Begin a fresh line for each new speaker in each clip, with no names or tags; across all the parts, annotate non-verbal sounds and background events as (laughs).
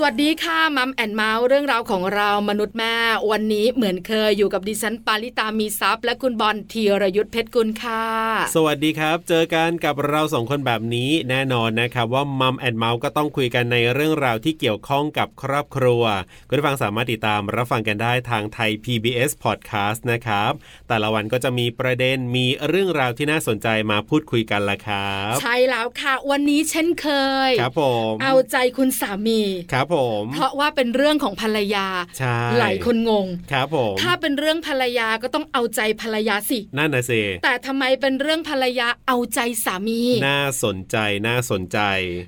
สวัสดีค่ะมัมแอนเมาส์เรื่องราวของเรามนุษย์แม่ วันนี้เหมือนเคยอยู่กับดิฉันปาริตามีซัพย์ และคุณบอลธีรยุทธเพชรกุลค่ะ
สวัสดีครับ เจอกันกับเราสองคนแบบนี้แน่นอนนะครับว่ามัมแอนเมาส์ก็ต้องคุยกันในเรื่องราวที่เกี่ยวข้องกับครอบครัว คุณผู้ฟังสามารถติดตามรับฟังกันได้ทางไทย PBS Podcast นะครับ แต่ละวันก็จะมีประเด็นมีเรื่องราวที่น่าสนใจมาพูดคุยกันละครับ
ใช่แล้วค่ะ วันนี้เช่นเคย
ครับผม
เอาใจคุณสามี
ครับผม
เพราะว่าเป็นเรื่องของภรรยา
ใช่
หลายคนงง
ครับผม
ถ้าเป็นเรื่องภรรยาก็ต้องเอาใจภรรยาสิ
นั่นนะสิ
แต่ทำไมเป็นเรื่องภรรยาเอาใจสามี
น่าสนใจน่าสนใจ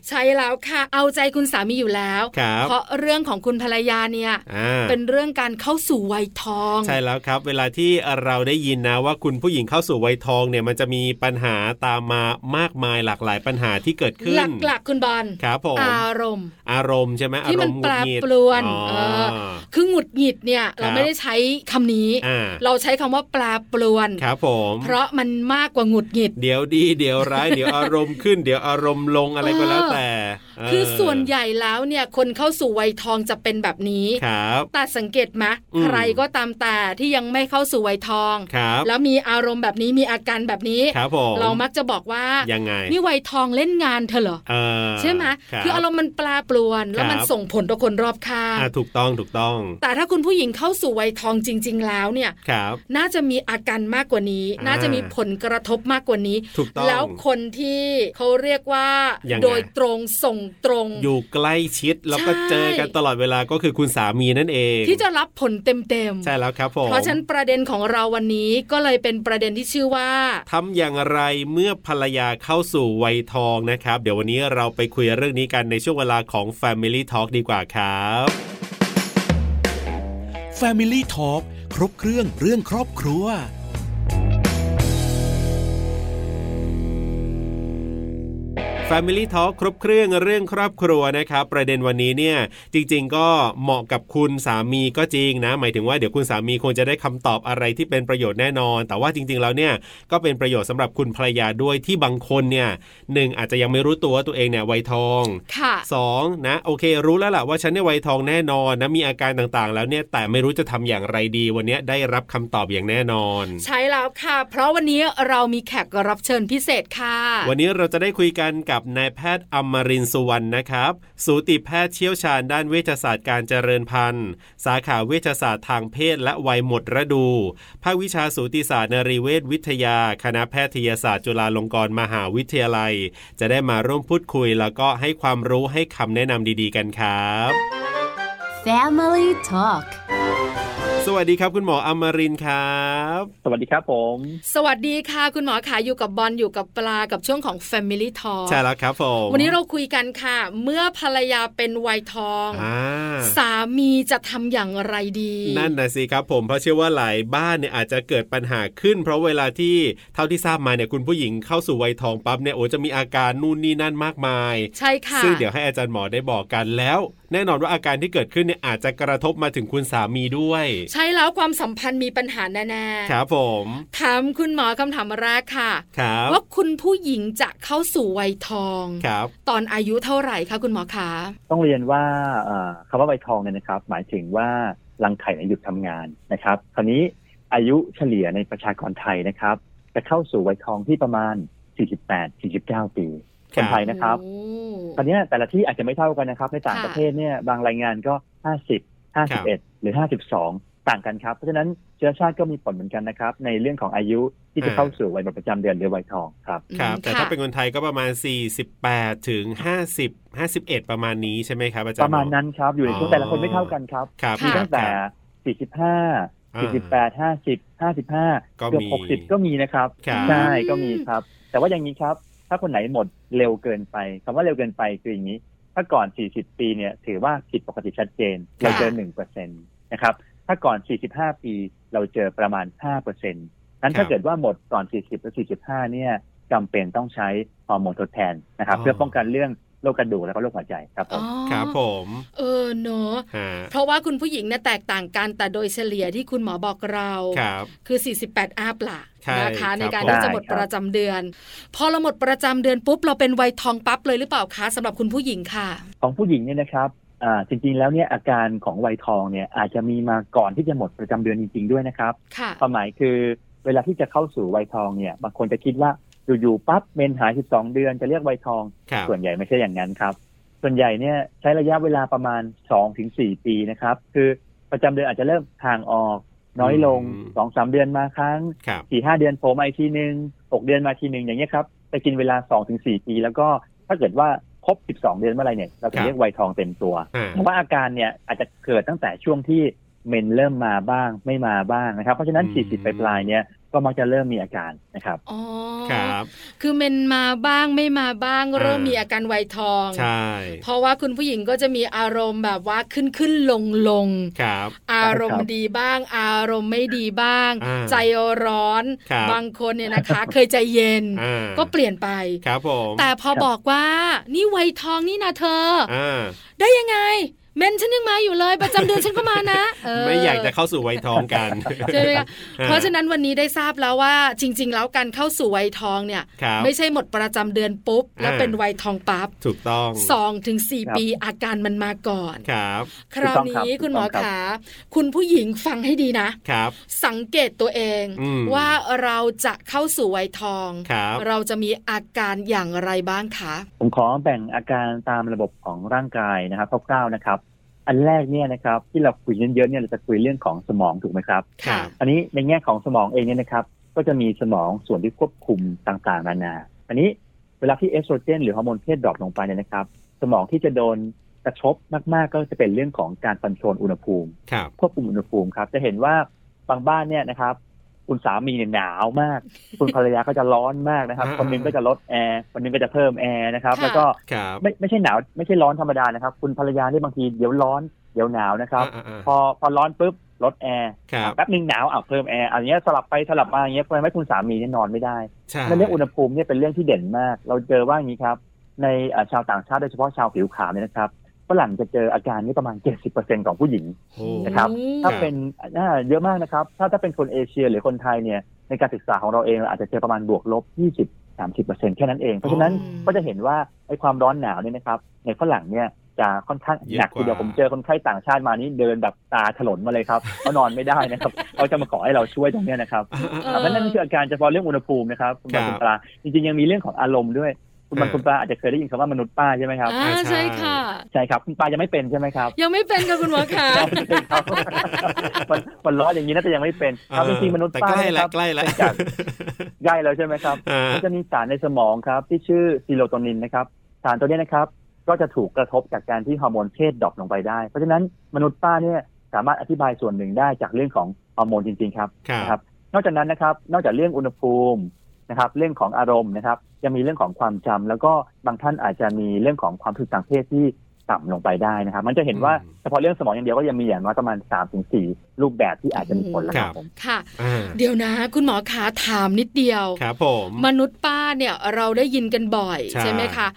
ใช่แล้วค่ะ เอาใจคุณสามีอยู่แล้ว
ครับ
เพราะเรื่องของคุณภรรยาเนี่ย
อ่า
เป็นเรื่องการเข้าสู่วัยทอง
ใช่แล้วครับ เวลาที่เราได้ยินนะว่าคุณผู้หญิงเข้าสู่วัยทองเนี่ยมันจะมีปัญหาตามมามากมายหลากหลายปัญหาที่เกิดขึ้น
หลักๆคุณบอล
ครับผม
อารมณ์
อารมณ์ใช่ไหมอา
ที่
ร
มัน
มณ์ห
แปร
งุดหงิด
ปรวน
อ๋อ
เออ คือหงุดหงิดเนี่ย เราไม่ได้ใช้คำนี้
อ่า
เราใช้คำว่าแปรปรวน
ครับผม
เพราะมันมากกว่าหงุดหงิด
เดี๋ยวดีเดี๋ยวร้าย เดี๋ยวอารมณ์ขึ้น เดี๋ยวอารมณ์ลงอะไรก็แล้วแต่เ
คือส่วนใหญ่แล้วเนี่ยคนเข้าสู่วัยทองจะเป็นแบบนี้
ครับ
แต่สังเกตไหม
อืม
ใครก็ตามแต่ที่ยังไม่เข้าสู่วัยทอง
ครับ
แล้วมีอารมณ์แบบนี้มีอาการแบบนี้
ครับผม
เรามักจะบอกว่า
ยังไง
นี่วัยทองเล่นงานเธอเหรอ
เออ
ใช่ไหม
บ
คืออารมณ์มันแปลาปลวน แล้วมัน
ครับ
ส่งผลต่อคนรอบข้าง
อ่าถูกต้องถูกต้อง
แต่ถ้าคุณผู้หญิงเข้าสู่วัยทองจริง ๆ แล้วเนี่ย
ครับ
น่าจะมีอาการมากกว่านี้
อ่า
น่าจะมีผลกระทบมากกว่านี้
ถูกต้อง
แล้วคนที่เขาเรียกว่า
ยังไง
โดยตรงส่งตรง
อยู่ใกล้ชิดแล้วก็
ใช่
เจอกันตลอดเวลาก็คือคุณสามีนั่นเอง
ที่จะรับผลเต็มๆ
ใช่แล้วครับผม
เพราะฉะนั้นประเด็นของเราวันนี้ก็เลยเป็นประเด็นที่ชื่อว่า
ทำอย่างไรเมื่อภรรยาเข้าสู่วัยทองนะครับ เดี๋ยววันนี้เราไปคุยเรื่องนี้กันในช่วงเวลาของ Family Talk ดีกว่าครับ
Family Talk ครบเครื่องเรื่องครอบครัว
Family Talk ครบเครื่องเรื่องครอบครัวนะครับ ประเด็นวันนี้เนี่ยจริง ๆ ก็เหมาะกับคุณสามีก็จริงนะ หมายถึงว่าเดี๋ยวคุณสามีคงจะได้คำตอบอะไรที่เป็นประโยชน์แน่นอน แต่ว่าจริง ๆ แล้วเนี่ยก็เป็นประโยชน์สำหรับคุณภรรยาด้วยที่บางคนเนี่ยหนึ่งอาจจะยังไม่รู้ตัวว่าตัวเองเนี่ยวัยทอง
ค่ะ
สองนะโอเค รู้แล้วล่ะว่าฉันในยวัยทองแน่นอนนะมีอาการต่างๆ แล้วเนี่ยแต่ไม่รู้จะทำอย่างไรดี วันเนี้ยได้รับคำตอบอย่างแน่นอน
ใช่แล้วค่ะ เพราะวันนี้เรามีแขกรับเชิญพิเศษค่ะ
วันนี้เราจะได้คุยกันกับนายแพทย์อมรินทร์สุวรรณนะครับ สูติแพทย์เชี่ยวชาญด้านเวชศาสตร์การเจริญพันธุ์ สาขาเวชศาสตร์ทางเพศและวัยหมดฤดู ภาควิชาสูติศาสตร์นรีเวชวิทยา คณะแพทยศาสตร์จุฬาลงกรณ์มหาวิทยาลัย จะได้มาร่วมพูดคุย แล้วก็ให้ความรู้ให้คำแนะนำดีๆ กันครับ
Family Talk
สวัสดีครับคุณหมออมรินทร์ครับ
สวัสดีครับผม
สวัสดีค่ะ คุณหมอขาอยู่กับบอลอยู่กับปลากับช่วงของ Family Talk
ใช่แล้วครับผม
วันนี้เราคุยกันค่ะ เมื่อภรรยาเป็นวัยทอง
อ่า
สามีจะทำอย่างไรดี
นั่นนะสิครับผมเพราะเชื่อว่าหลายบ้านเนี่ยอาจจะเกิดปัญหาขึ้น เพราะเวลาที่เท่าที่ทราบมาเนี่ยคุณผู้หญิงเข้าสู่วัยทองปั๊บเนี่ยโอ้จะมีอาการนู่นนี่นั่นมากมาย
ใช่ค่ะ
ซึ่งเดี๋ยวให้อาจารย์หมอได้บอกกันแล้ว แน่นอนว่าอาการที่เกิดขึ้นเนี่ยอาจจะกระทบมาถึงคุณสามีด้วย
ใช่แล้วความสัมพันธ์มีปัญหาแน่
ครับผม
ๆถามคุณหมอคำถามแรกค่ะ
ครับ
ว่าคุณผู้หญิงจะเข้าสู่วัยทอง
ครับ
ตอนอายุเท่าไหร่คะคุณหมอขา
ต้องเรียนว่าเอ่อคำว่าใบทองเนี่ยนะครับ หมายถึงว่ารังไข่ในยหยุดทำงานนะครับ คราวนี้อายุเฉลี่ยในประชากรไทยนะครับ จะเข้าสู่วัยทองที่ประมาณ 48-49 ปี
ค
ครับ นไทยนะครับ
โอ้
ตอนนี้ยแต่ละที่อาจจะไม่เท่ากันนะครับ ในต่าง
ค่ะ
ประเทศเนี่ยบางรายงานก็ 50 51 หรือ 52 ต่างกันครับ เพราะฉะนั้นเชื้อชาติก็มีผลเหมือนกันนะครับ ในเรื่องของอายุที่จะเข้าสู่วัยหมดประจำเดือนหรือวัยทองครับ
ครับ
อืม
แต่
ค่ะ
ถ้าเป็นคนไทยก็ประมาณ 48ถึง50 51 ประมาณนี้ใช่ไหมครับอาจาร
ป
ย์
ระมาณ
หอ
นั้นครับ อยู่ในช่
อ๋
วง
อ
แต่ละคนไม่เท่ากันครับ
ครับ
มี
มี
ครั
ตั้
บ
งแต่
ครับ
45
อ่า
48 50 55
ก็
เกือ
มี
บ60 ก็มีนะครับ
ครับ
ใช่ ก็มีครับ แต่ว่าอย่างนี้ครับ ถ้าคนไหนหมดเร็วเกินไปคำว่าเร็วเกินไปคืออย่างนี้ ถ้าก่อน 40 ปีเนี่ย ถือว่าผิดปกติชัดเจน
ครับ
เราเจอ1เปอร์เซ็นต์นะครับ ถ้าก่อน 45 ปีเราเจอประมาณ5เปอร์เซ็นต์นั้นถ้าเกิดว่าหมดก่อน 40หรือ45 เนี่ยจำเป็นต้องใช้ฮอร์โมนทดแทนนะครับ เพื่อป้องกันเรื่อง โรคกระดูกแล้วก็โรคหัวใจครับผ
อ๋อ
ม
ครับผม
เออเนอะ
ฮะ
เพราะว่าคุณผู้หญิงเนี่ยแตกต่างกันแต่โดยเฉลี่ยที่คุณหมอบอกเรา
ครับ
คือ 48อาปล่ะ
ใช่
นะคะในการ
ครับ
ที่จะหมดประจำเดือน พอเราหมดประจำเดือนปุ๊บเราเป็นวัยทองปั๊บเลยหรือเปล่าคะสำหรับคุณผู้หญิงค่ะ
ของผู้หญิงเนี่ยนะครับอ่าจริงๆแล้วเนี่ยอาการของวัยทองเนี่ยอาจจะมีมาก่อนที่จะหมดประจำเดือนจริงๆด้วยนะครับ
ค่ะ
ความหมายคือเวลาที่จะเข้าสู่วัยทองเนี่ยบางคนจะคิดว่าอยู่ๆปั๊บเมนหาย 12 เดือนจะเรียกวัยทอง
ครับ
ส่วนใหญ่ไม่ใช่อย่างนั้นครับ ส่วนใหญ่เนี่ยใช้ระยะเวลาประมาณ 2-4 ปีนะครับ คือประจำเดือนอาจจะเริ่มห่างออก น้อยลง 2-3 เดือนมาครั้ง
ครับ
สี่ห้าเดือนโผล่มาอีกทีหนึ่งหกเดือนมาทีหนึ่งอย่างเงี้ยครับจะกินเวลาสองถึงสี่ปี แล้วก็ถ้าเกิดว่าครบสิบสองเดือนเมื่อไหรเนี่ยเราจะเรียกวัยทองเต็มตัว
อ่า
เพราะว่าอาการเนี่ยอาจจะเกิดตั้งแต่ช่วงที่เมนเริ่มมาบ้างไม่มาบ้างนะครับ เพราะฉะนั้นสี่สิบปลายๆเนี่ยก็มักจะเริ่มมีอาการนะครับ
อ๋อ
ครับ
คือเมนมาบ้างไม่มาบ้าง
เออ
เริ่มมีอาการวัยทอง
ใช่
เพราะว่าคุณผู้หญิงก็จะมีอารมณ์แบบว่าขึ้นขึ้นลงลง
ครับ
อารม
ครั
ณ์
บ
ดีบ้าง อารมณ์ไม่ดีบ้าง
อ่า
ใจร้อน
ครับ
งคนเนี่ยนะคะ
(laughs)
เคยใจเย็น
อ่า
ก็เปลี่ยนไป
ครับผม
แต่พอ
ครับ
บอกว่า นี่วัยทองนี่นะเธอ
อ่า
ได้ยังไง เมนฉันยังมาอยู่เลยประจำเดือนฉันก็มานะเ
ไม่ (laughs) อยากจะเข้าสู่วัยทองกัน
ใช่ไหมคะ
อ่
เพราะฉะนั้นวันนี้ได้ทราบแล้วว่าจริง ๆ แล้วการเข้าสู่วัยทองเนี่ย
ครับ
ไม่ใช่หมดประจำเดือนปุ๊บ แล้ว
อ่า
เป็นวัยทองปั๊บ
ถูกต้อง
สองถึงสี่
ครับ
ปีอาการมันมาก่อน
ครับ
คราว
ถูกต้อง
นี้
ครับ
คุณหมอ
ถูกต้องครั
ขา
บ
คุณผู้หญิงฟังให้ดีนะ
ครับ
สังเกตตัวเอง
อืม
ว่าเราจะเข้าสู่วัยทอง
ครับ
เราจะมีอาการอย่างไรบ้างคะ
ผมขอแบ่งอาการตามระบบของร่างกายนะครับคร่าวๆนะครับ อันแรกเนี่ยนะครับที่เราคุยเยอะๆเนี่ยเราจะคุยเรื่องของสมองถูกไหมครับ
ครับ
อันนี้ในแง่ของสมองเองเนี่ยนะครับ ก็จะมีสมองส่วนที่ควบคุมต่างๆ นานา อันนี้เวลาที่เอสโตรเจนหรือฮอร์โมนเพศดรอปลงไปเนี่ยนะครับ สมองที่จะโดนกระทบมากๆ ก็จะเป็นเรื่องของการคอนโทรลอุณหภูมิ
ครับ
ควบคุมอุณหภูมิครับ จะเห็นว่าบางบ้านเนี่ยนะครับ คุณสามีเนี่ยหนาวมาก คุณภรรยาก็จะร้อนมาก (laughs) นะครับ
อ่า
คนหนึงก็จะลดแอร์คนหนึงก็จะเพิ่มแอร์นะครับ
ค่ะ
แล้วก็
ครับ
ไม่ไม่ใช่หนาวไม่ใช่ร้อนธรรมดานะครับ คุณภรรยานี่บางทีเดี๋ยวร้อนเดี๋ยวหนาวนะครับ
อ่าอ่า
พอพอร้อนปุ๊บลดแอร์
ครับ
แป๊บหนึ่งหนาวอ่ะเพิ่มแอร์อันเนี้ยสลับไปสลับมาอย่างเงี้ยทำไมคุณสามีเนี่ยนอนไม่ได้
ใช่
นั่นเรื่องอุณหภูมิเนี่ยเป็นเรื่องที่เด่นมาก เราเจอว่าอย่างนี้ครับ ในเอ่อชาวต่างชาติโดยเฉพาะชาวผิวขาวเนี่ยนะครับฝรั่งจะเจออาการนี้ประมาณ 70%ของผู้หญิง
โอ้
นะครับ
อืม
ถ้า
ครับ
เป็นอ่าเยอะมากนะครับ ถ้าถ้าเป็นคนเอเชียหรือคนไทยเนี่ยในการศึกษาของเราเองเราอาจจะเจอประมาณบวกลบ 20 30 แค่นั้นเอง เพราะฉะนั้นก็จะเห็นว่าไอ้ความร้อนหนาวเนี่ยนะครับในฝรั่งเนี่ยจะค่อนข้างหนักทีเดียวผมเจอคนไข้ต่างชาติมานี่เดินแบบตาถลนมาเลย
(laughs)
ครับเขานอนไม่ได้นะครับเขาจะมาขอให้เราช่วยตรงเนี้ยนะครับ
อ่าอ่า
ครับนั่นนั่นคืออาการเฉพาะเรื่องอุณหภูมินะครับคุณบอล
ครั
คุ
บ
ณปลาจริงๆยังมีเรื่องของอารมณ์ด้วย คุณบอล
เออ
คุณปลาอาจจะเคยได้ยินคำว่ามนุษย์ป้าใช่ไหมครับ
อ่า
ใช่
ใช่ค่ะ
ใช่ครับคุณปลายังไม่เป็นใช่ไหมครับ
ยังไม่เป็นค่ะคุณหมอขา
ใช่ครับมันมันร้อนอย่างนี้น่าจะยังไม่เป็นครับจริงๆมนุษย์
แต่
ป้า
ใกล้
นะค
ละ
รับ
ใกล้ละ
เป็นจากใกล้แล้วใช่ไหมครับ
อ่ามั
มันจะมีสารในสมองครับ ที่ชื่อซีโรโทนินนะครับสารตัวเนี้ยนะครับ ก็จะถูกกระทบจากการที่ฮอร์โมนเพศดรอปลงไปได้เพราะฉะนั้นมนุษย์ป้าเนี่ยสามารถอธิบายส่วนหนึ่งได้จากเรื่องของฮอร์โมนจริงๆครับ
ครับ
นะครับนอกจากนั้นนะครับ นอกจากเรื่องอุณหภูมินะครับ เรื่องของอารมณ์นะครับ ยังมีเรื่องของความจำแล้วก็บางท่านอาจจะมีเรื่องของความรู้สึกทางเพศที่ต่ำลงไปได้นะครับ มันจะเห็นว่า
อืม
เฉพาะเรื่องสมองอย่างเดียวก็ยังมีอย่างน้อยประมาณ3าถึงสรูปแบบที่อาจจะมีผลแล้วครับผม
ค่ะ
อ่า
เดี๋ยวนะ คุณหมอขาถามนิดเดียว
ครับผม
มนุษย์ป้าเนี่ยเราได้ยินกันบ่อย
ใช่
ไหมคะ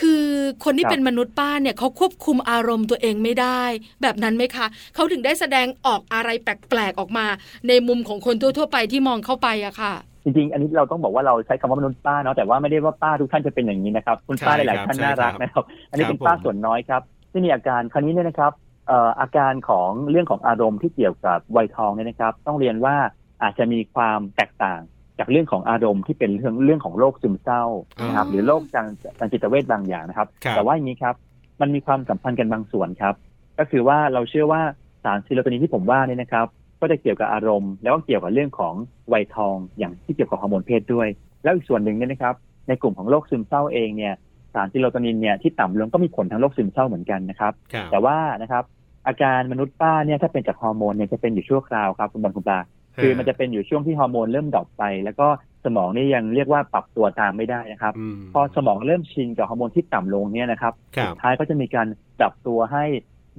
คือคนที่
ครับ
เป็นมนุษย์ป้าเนี่ยเขาควบคุมอารมณ์ตัวเองไม่ได้ แบบนั้นไหมคะเขาถึงได้แสดงออกอะไรแปลกๆออกมา ในมุมของคนทั่วๆไปที่มองเข้าไปอะค่ะ
จริงๆ อันนี้เราต้องบอกว่าเราใช้คำว่ามนุษย์ป้าเนาะแต่ว่าไม่ได้ว่าป้าทุกท่านจะเป็นอย่างนี้นะครับ คุณป้า
ใช่
ห
ครับ
ลายๆท่าน
ใช่
น่ารัก
ครับ
นะครับ อันนี้
ครับ
เป็นป้า
ผม
ส่วนน้อยครับที่มีอาการคราวนี้เนี่ยนะครับเอ่ออาการของเรื่องของอารมณ์ที่เกี่ยวกับวัยทองเนี่ยนะครับ ต้องเรียนว่าอาจจะมีความแตกต่างจากเรื่องของอารมณ์ที่เป็นเรื่องเรื่องของโรคซึมเศร้านะครับ
อ๋อ
หรือโรคทางทางจิตเวชบางอย่างนะครับ
ครับ
แต่ว่าอย่างนี้ครับมันมีความสัมพันธ์กันบางส่วนครับ ก็คือว่าเราเชื่อว่าสารซีโรโทนินที่ผมว่าเนี่ยนะครับ ก็จะเกี่ยวกับอารมณ์ แล้วก็เกี่ยวกับเรื่องของวัยทองอย่างที่เกี่ยวกับฮอร์โมนเพศด้วย แล้วอีกส่วนหนึ่งเนี่ยนะครับ ในกลุ่มของโรคซึมเศร้าเองเนี่ยสารซีโรโทนินเนี่ยที่ต่ำลงก็มีผลทางโรคซึมเศร้าเหมือนกันนะครับ
ครับ
แต่ว่านะครับอาการมนุษย์ป้าเนี่ยถ้าเป็นจากฮอร์โมนเนี่ยจะเป็นอยู่ชั่วคราวครับคุณบอลคุณปลาคือมันจะเป็นอยู่ช่วงที่ฮอร์โมนเริ่มดรอปไป แล้วก็สมองนี่ยังเรียกว่าปรับตัวตามไม่ได้นะครับ
ม
พอสมองเริ่มชินกับฮอร์โมนที่ต่ำลงเนี่ยนะครับ
ครับ
สุดท้ายก็จะมีการปรับตัวให้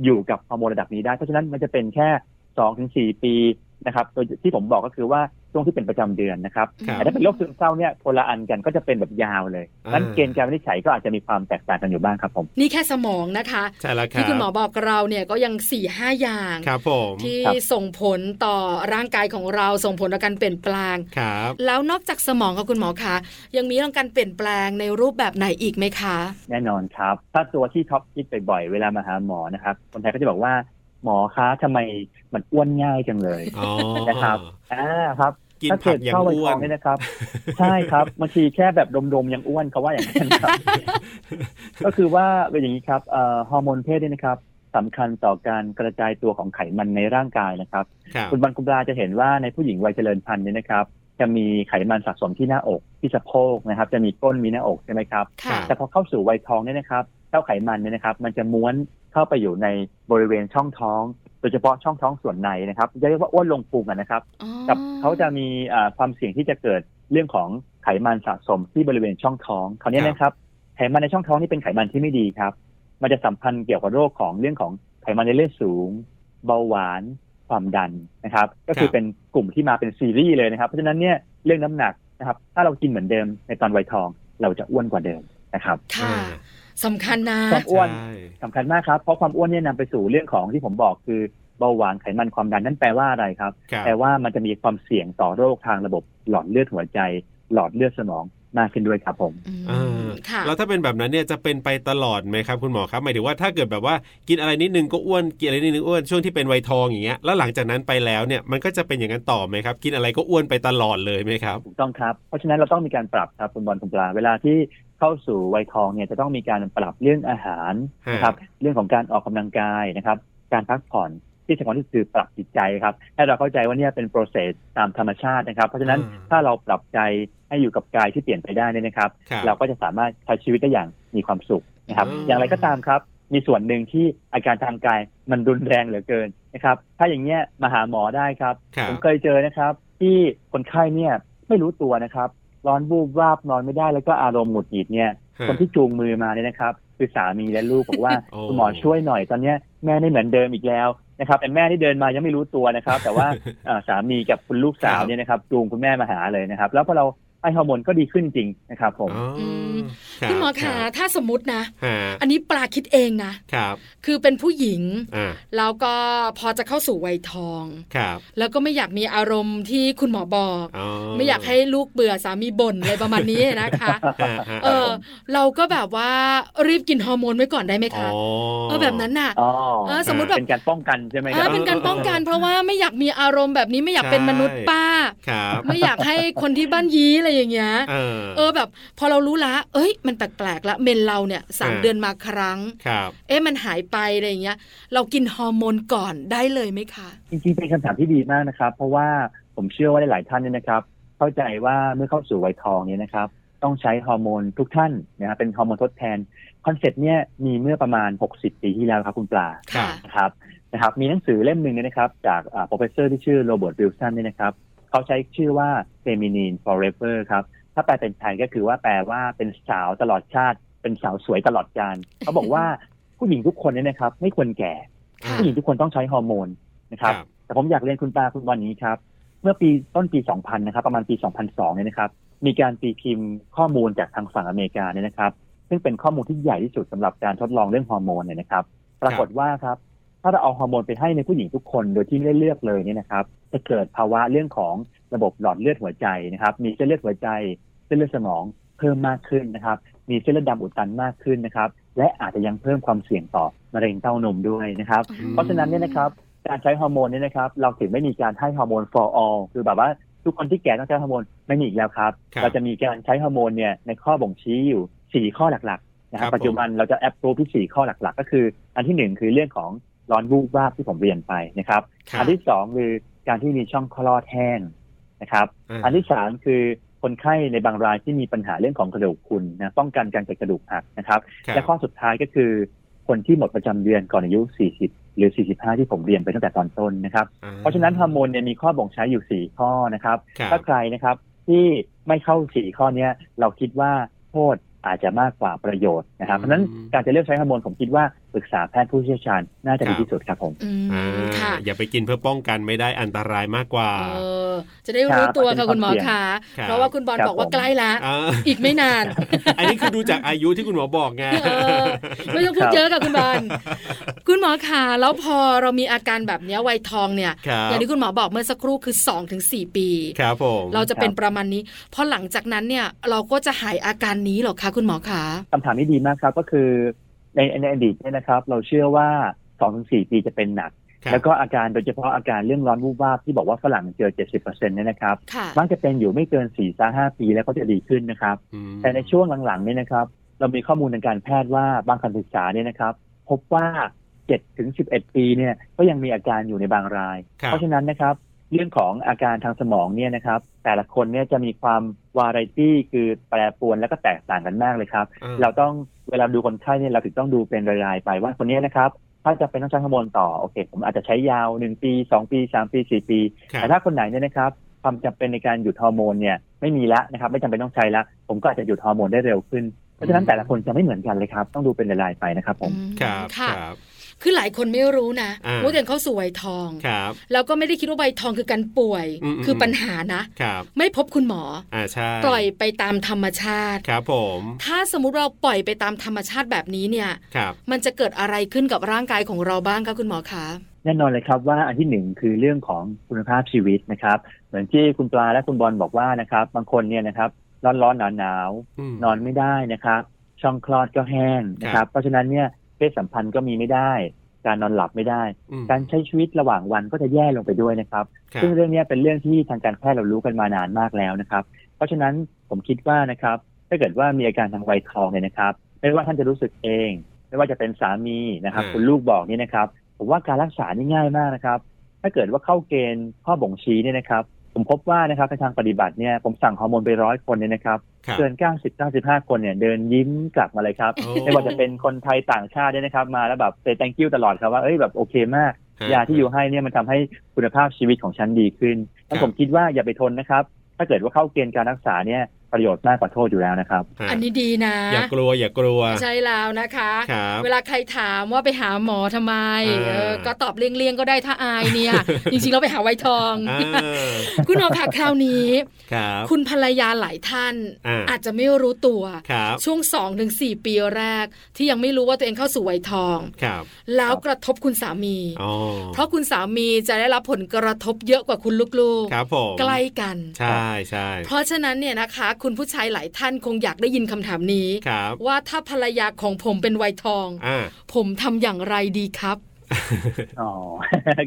อยู่กับฮอร์โมนระดับนี้ได้ เพราะฉะนั้นมันจะเป็นแค่ 2-4 ปีนะครับโดยที่ผมบอกก็คือว่า ช่วงที่เป็นประจำเดือนนะครับ
ครับ
แต่ถ้าเป็นโรคซึมเศร้าเนี่ยคนละอันกันก็จะเป็นแบบยาวเลย
อ่า
นั้นเกณฑ์การวินิจฉัยก็อาจจะมีความแตกต่างกันอยู่บ้างครับผม
นี่แค่สมองนะคะ
ใช่แล้วครับ
ที่คุณหมอบอกเราเนี่ยก็ยัง4ี่ห้าอย่าง
ครับผม
ที่
ครับ
ส่งผลต่อร่างกายของเราส่งผลต่อการเปลี่ยนแปลง
ครับ
แล้วนอกจากสมองค่ะคุณหมอคะยังมีเรื่องการเปลี่ยนแปลงในรูปแบบไหนอีกไหมคะ
แน่นอนครับ ถ้าตัวที่ท็อปคิดบ่อยๆเวลามาหาหมอนะครับ คนไทยก็จะบอกว่าหมอคะทำไมมันอ้วนง่ายจังเลย
อ๋อ
นะครับอ่าครับ
กิน
ถ้า
ผั
เกิ
ก
ด
อย่าง
เข้าไป
อ้
ท
ว
อน งเนี่ยนะครับ ใช่ครับบางทีแค่แบบดมๆยังอ้วนเขาว่าอย่างนั้นครับ ก็คือว่าเป็นอย่างนี้ครับเอ่อฮอร์โมนเพศเนี่ยนะครับสำคัญต่อการกระจายตัวของไขมันในร่างกายนะครับ
ครับ
คุณบันคุณปลาจะเห็นว่าในผู้หญิงวัยเจริญพันธุ์เนี่ยนะครับ จะมีไขมันสะสมที่หน้าอกที่สะโพกนะครับ จะมีก้นมีหน้าอกใช่ไหมครับ
ค่ะ
แต่พอเข้าสู่วัยทองเนี่ยนะครับเจ้าไขมันเนี่ยนะครับ มันจะม้วนเข้าไปอยู่ในบริเวณช่องท้อง โดยเฉพาะช่องท้องส่วนในนะครับจะเรียกว่าอ้วนลงพุงอะนะครับ
อ๋อ
กับเขาจะมีอ่าความเสี่ยงที่จะเกิดเรื่องของไขมันสะสมที่บริเวณช่องท้องคราวนี้นะครับ ไขมันในช่องท้องนี่เป็นไขมันที่ไม่ดีครับ มันจะสัมพันธ์เกี่ยวกับโรคของเรื่องของไขมันในเลือดสูง เบาหวาน ความดันนะครับ ก็คือเป็นกลุ่มที่มาเป็นซีรีส์เลยนะครับ เพราะฉะนั้นเนี่ยเรื่องน้ำหนักนะครับ ถ้าเรากินเหมือนเดิมในตอนวัยทอง เราจะอ้วนกว่าเดิมนะครับ
ค่ะ
อ่า
สำคัญนะ
ความอ้วน
ใช่
สำคัญมากครับ เพราะความอ้วนเนี่ยนำไปสู่เรื่องของที่ผมบอกคือเบาหวานไขมันความดันนั่นแปลว่าอะไรครับ
ครับ
แปลว่ามันจะมีความเสี่ยงต่อโรคทางระบบหลอดเลือดหัวใจ หลอดเลือดสมองมากขึ้นด้วยครับผม
อืม
อ่า
ค่ะ
แล้วถ้าเป็นแบบนั้นเนี่ยจะเป็นไปตลอดไหมครับคุณหมอครับหมายถึงว่าถ้าเกิดแบบว่ากินอะไรนิดนึงก็อ้วนกินอะไรนิดนึงอ้วนช่วงที่เป็นวัยทองอย่างเงี้ยแล้วหลังจากนั้นไปแล้วเนี่ยมันก็จะเป็นอย่างนั้นต่อไหมครับ กินอะไรก็อ้วนไปตลอดเลยไหมครับ
ถูกต้องครับ เพราะฉะนั้นเราต้องมีการปรับครับคุณบอลคุณปลา เวลาที่เข้าสู่วัยทองเนี่ยจะต้องมีการปรับเรื่องอาหาร
ฮะ
นะครับ เรื่องของการออกกำลังกายนะครับ การพักผ่อนที่สำคัญที่สุดคือปรับจิตใจครับ ให้เราเข้าใจว่าเนี่ยเป็นโปรเซสตามธรรมชาตินะครับ เพราะฉะนั้นถ้าเราปรับใจให้อยู่กับกายที่เปลี่ยนไปได้เนี่ยนะครับ
ครับ
เราก็จะสามารถใช้ชีวิตได้อย่างมีความสุขนะครับ
อืม
อย่างไรก็ตามครับ มีส่วนหนึ่งที่อาการทางกายมันรุนแรงเหลือเกินนะครับ ถ้าอย่างเงี้ยมาหาหมอได้ครับ
ครับ
ผมเคยเจอนะครับ ที่คนไข้เนี่ยไม่รู้ตัวนะครับ ร้อนวูบวาบนอนไม่ได้แล้วก็อารมณ์หงุดหงิดเนี่ย
ฮะ
คนที่จูงมือมาเนี่ยนะครับ คือสามีและลูกบอกว่า
โอ้
คุณหมอช่วยหน่อยตอนเนี้ยแม่ไม่เหมือนเดิมอีกแล้วนะครับแต่แม่ที่เดินมายังไม่รู้ตัวนะครับ แต่
(laughs)
ว่าเอ่อสามีกับคุณลูกสาวเนี่ยนะครับจูงคุณแม่มาหาเลยนะครับ แล้วพอเราให้ฮอร์โมนก็ดีขึ้นจริงนะครับผม
อ๋อ
ม
อรับ
คุณหมอ
รั
คะ
บ
ถ้าสมมตินะ
ฮะ
อันนี้ปลาคิดเองนะ
ครับ
คือเป็นผู้หญิง
อ่า
แล้วก็พอจะเข้าสู่วัยทอง
ครับ
แล้วก็ไม่อยากมีอารมณ์ที่คุณหมอบอก
อ๋อ
ไม่อยากให้ลูกเบื่อสามีบ่นอะไรประมาณนี้นะคะ
ฮะฮะ
เออ เราก็แบบว่ารีบกินฮอร์โมนไว้ก่อนได้ไหม
อ๋อ
คะเออแบบนั้นน่ะ
อ๋อ
เออสมมุติแบบ
เป็นการป้องกันใช่ไหมค
เอ
รั
อบ เป็นการป้องกันเพราะว่าไม่อยากมีอารมณ์แบบนี้ไม่อยากเป็น
ใช่
มนุษย์ป้า
ครับ
ไม่อยากให้คนที่บ้านยี้อะไรอย่างเงี้ย
เออ
เออแบบพอเรารู้ละ เอ้ย มันแปลกๆละเมนเราเนี่ยสาม
อ่า
เดือนมาครั้ง
ครับ
เอ๊ะมันหายไปอะไรอย่างเงี้ย เรากินฮอร์โมนก่อนได้เลยไหมคะ
จริงๆ เป็นคำถามที่ดีมากนะครับ เพราะว่าผมเชื่อว่าหลายๆท่านเนี่ยนะครับ เข้าใจว่าเมื่อเข้าสู่วัยทองเนี่ยนะครับ ต้องใช้ฮอร์โมนทุกท่านนะครับเป็นฮอร์โมนทดแทน คอนเซ็ปต์เนี่ยมีเมื่อประมาณ 60 ปีที่แล้วครับคุณปลา
ครับ
ค่ะ
นะครับนะครับ มีหนังสือเล่มหนึ่งเนี่ยนะครับ จากอ่า professor ที่ชื่อโรเบิร์ตวิลสันเนี่ยนะครับ เขาใช้ชื่อว่า feminine forever ครับ ถ้าแปลเป็นไทยก็คือว่าแปลว่าเป็นสาวตลอดชาติ เป็นสาวสวยตลอดกาลเขาบอกว่าผู้หญิงทุกคนเนี่ยนะครับ ไม่ควรแก่
ค่ะ
ผู้หญิงทุกคนต้องใช้ฮอร์โมนนะครับ
ครับ
แต่ผมอยากเรียนคุณตาคุณวันนี้ครับ เมื่อปีต้นปี 2000 นะครับ ประมาณปี 2002 เนี่ยนะครับ มีการตีพิมพ์ข้อมูลจากทางฝั่งอเมริกาเนี่ยนะครับ ซึ่งเป็นข้อมูลที่ใหญ่ที่สุดสำหรับการทดลองเรื่องฮอร์โมนเนี่ยนะครับ ปรากฏว่าครับ ถ้าเราเอาฮอร์โมนไปให้ในผู้หญิงทุกคนโดยที่ไม่ได้เลือกเลยเนี่ยนะครับ จะเกิดภาวะเรื่องของระบบหลอดเลือดหัวใจนะครับ มีเส้นเลือดหัวใจ เส้นเลือดสมองเพิ่มมากขึ้นนะครับ มีเส้นเลือดดำอุดตันมากขึ้นนะครับ และอาจจะยังเพิ่มความเสี่ยงต่อมะเร็งเต้านมด้วยนะครับ เพราะฉะนั้นเนี่ยนะครับการใช้ฮอร์โมนเนี่ยนะครับเราถึงไม่มีการให้ฮอร์โมน for all คือแบบว่าทุกคนที่แก่ต้องใช้ฮอร์โมนไม่มีอีกแล้วครับ
ครับ
เราจะมีการใช้ฮอร์โมนเนี่ยในข้อบ่งชี้อยู่ 4 ข้อหลักๆนะค
ครั
รั
บบ ผม
ปัจจุบันเราจะแอปพรูฟที่ 4 ข้อหลักๆ ก็คือ อันทีหนึ่1 คือเรื่องของร้อนวูบวาบที่ผมเรียนไปนะครับ
ครับ
อันที่ 2 คือการที่มีช่องคลอดแห้งนะครับ
า
อันที่สามคือคนไข้ในบางรายที่มีปัญหาเรื่องของกระดูกพรุนนะป้องกันการเกิดกระดูกหักนะครับ
ครับ
และข้อสุดท้ายก็คือคนที่หมดประจำเดือนก่อนอายุ 40 หรือ 45 ที่ผมเรียนไปตั้งแต่ตอนต้นนะครับ
อ่
เพราะฉะนั้นฮอร์โมนเนี่ยมีข้อบ่งใช้อยู่ 4 ข้อนะครับ
ครับ
ถ้าใครนะครับที่ไม่เข้า 4 ข้อเนี้ยเราคิดว่าโทษอาจจะมากกว่าประโยชน์นะครับ
อืม
เพราะฉะนั้นการจะเลือกใช้ฮอร์โมนผมคิดว่า ปรึกษาแพทย์ผู้เชี่ยวชาญน่าจะ
ค
ดี
รับ
ที่สุดครับผม
อื
อ่าม
ค่ะ
อย่าไปกินเพื่อป้องกันไม่ได้อันตรายมากกว่า
เออจะได้รู้ตัว
ครั
ค่ะ
บ
คุณหมอค่ะ
ครับ
เพราะว่าคุณบอล
ครับ
บอกว่า
ผม
ใกล้ละ
อ่า
อีกไม่นาน
อันนี้คือดูจากอายุที่คุณหมอบอกไง
เออไม่ต้องพูดเยอะค่ะคุณบอลคุณหมอค่ะแล้วพอเรามีอาการแบบเนี้ยวัยทองเนี่ย
ครับ
อย่างที่คุณหมอบอกเมื่อสักครู่คือ2อถึงสปี
ครับผม
เราจะเป็น
ครับ
ประมาณนี้พอหลังจากนั้นเนี่ยเราก็จะหายอาการนี้เหรอคะคุณหมอคะ
คำถามที่ดีมากครับก็คือในในอดีตเนี่ยนะครับ เราเชื่อว่า 2-4 ปีจะเป็นหนัก
ครับ
แล้วก็อาการโดยเฉพาะอาการเรื่องร้อนวูบวาบที่บอกว่าฝรั่งเจอ 70%เนี่ยนะครับ
ค่ะ
มักจะเป็นอยู่ไม่เกิน4 5 ปีแล้วก็จะดีขึ้นนะครับ
อืม
แต่ในช่วงหลังๆเนี่ยนะครับ เรามีข้อมูลทางการแพทย์ว่าบางการศึกษาเนี่ยนะครับ พบว่า 7-11 ปีเนี่ยก็ยังมีอาการอยู่ในบางราย
ครับ
เพราะฉะนั้นนะครับ เรื่องของอาการทางสมองเนี่ยนะครับ แต่ละคนเนี่ยจะมีความวาไรตี้คือแปรปรวนและก็แตกต่างกันมากเลยครับ
อ่า
เราต้องเวลาดูคนไข้เนี่ยเราถึงต้องดูเป็นรายๆไปว่าคนเนี้ยนะครับ ถ้าจะเป็นต้องใช้ฮอร์โมนต่อโอเค ผมอาจจะใช้ยาวหนึ่งปีสองปีสามปีสี่ปี
ครับ
แต่ถ้าคนไหนเนี่ยนะครับ ความจำเป็นในการหยุดฮอร์โมนเนี่ยไม่มีละนะครับ ไม่จำเป็นต้องใช้ละ ผมก็อาจจะหยุดฮอร์โมนได้เร็วขึ้นเพราะฉะนั้นแต่ละคนจะไม่เหมือนกันเลยครับ ต้องดูเป็นรายๆไปนะครับผม
อืม
ครับ
ค่ะ
ครับ
คือหลายคนไม่รู้นะ
อ่า
ว่าตัวเองเข้าสู่วัยทอง
ครับ
แล้วก็ไม่ได้คิดว่าวัยทองคือการป่วย
อืม
คือปัญหานะ
ครับ
ไม่พบคุณหมอ
อ่าใช่
ปล่อยไปตามธรรมชาติ
ครับผม
ถ้าสมมติเราปล่อยไปตามธรรมชาติแบบนี้เนี่ย
ครับ
มันจะเกิดอะไรขึ้นกับร่างกายของเราบ้างคะคุณหมอคะ
แน่นอนเลยครับว่าอันที่หนึ่งคือเรื่องของคุณภาพชีวิตนะครับ เหมือนที่คุณปลาและคุณบอลบอกว่านะครับ บางคนเนี่ยนะครับร้อนๆหนาวหนาวๆ
ม
นอนไม่ได้นะครับ ช่องคลอดก็แห้งนะค
ครั
รับ บ เพราะฉะนั้นเนี่ยเพศสัมพันธ์ก็มีไม่ได้ การนอนหลับไม่ได้
อืม
การใช้ชีวิตระหว่างวันก็จะแย่ลงไปด้วยนะครับ
ครับ
ซึ่งเรื่องเนี้ยเป็นเรื่องที่ทางการแพทย์เรารู้กันมานานมากแล้วนะครับ เพราะฉะนั้นผมคิดว่านะครับถ้าเกิดว่ามีอาการทางวัยทองเนี่ยนะครับ ไม่ว่าท่านจะรู้สึกเอง ไม่ว่าจะเป็นสามีนะครับ
อ่า
คุณลูกบอกนี่นะครับ ผมว่าการรักษานี่ง่ายมากนะครับ ถ้าเกิดว่าเข้าเกณฑ์ข้อบ่งชี้เนี่ยนะครับ ผมพบว่านะครับในทางปฏิบัติเนี่ยผมสั่งฮอร์โมนไปร้อยคนเนี่ยนะครับ
ครับ
เกิน 90 95 คนเนี่ยเดินยิ้มกลับมาเลยครับ
โอ้
ไม่ว่าจะเป็นคนไทยต่างชาติด้วยนะครับมาแล้วแบบเซ thank you ตลอดครับว่าเอ้ยแบบโอเคมาก
ฮะ
ยาที่อยู่ให้เนี่ยมันทำให้คุณภาพชีวิตของฉันดีขึ้น
ครั
แล้
บ
วผมคิดว่าอย่าไปทนนะครับ ถ้าเกิดว่าเข้าเกณฑ์การรักษาเนี่ยประโยชน์มากกว่าโทษอยู่แล้วนะครับ
ฮะ
อันนี้ดีนะ
อย่ากลัวอย่ากลัว
ใช่แล้วนะคะ
ครับ
เวลาใครถามว่าไปหาหมอทำไม
อ่า
เออก็ตอบเลี่ยงๆก็ได้ถ้าอาย
(laughs)
เนี่ย จริงๆเราไปหาไวทอง
อ่า
(laughs) คุณหมอคะคราวนี้
ครับ
คุณภรรยาหลายท่าน
อ่า
จจะไม่รู้ตัว
ครับ
ช่วง2อถึงสปีแรก ที่ยังไม่รู้ว่าตัวเองเข้าสู่วัยทอง
ครับ
แล้วกระทบคุณสามี
อ๋อ
เพราะคุณสามีจะได้รับผลกระทบเยอะกว่าคุณลูก
ครับผม
ๆ ใกล้กัน
ใช่ใช่
เพราะฉะนั้นเนี่ยนะคะ คุณผู้ชายหลายท่านคงอยากได้ยินคำถามนี้
ครับ
ว่าถ้าภรรยาของผมเป็นวัยทอง
อ่า
ผมทำอย่างไรดีครับ
(laughs) อ๋อ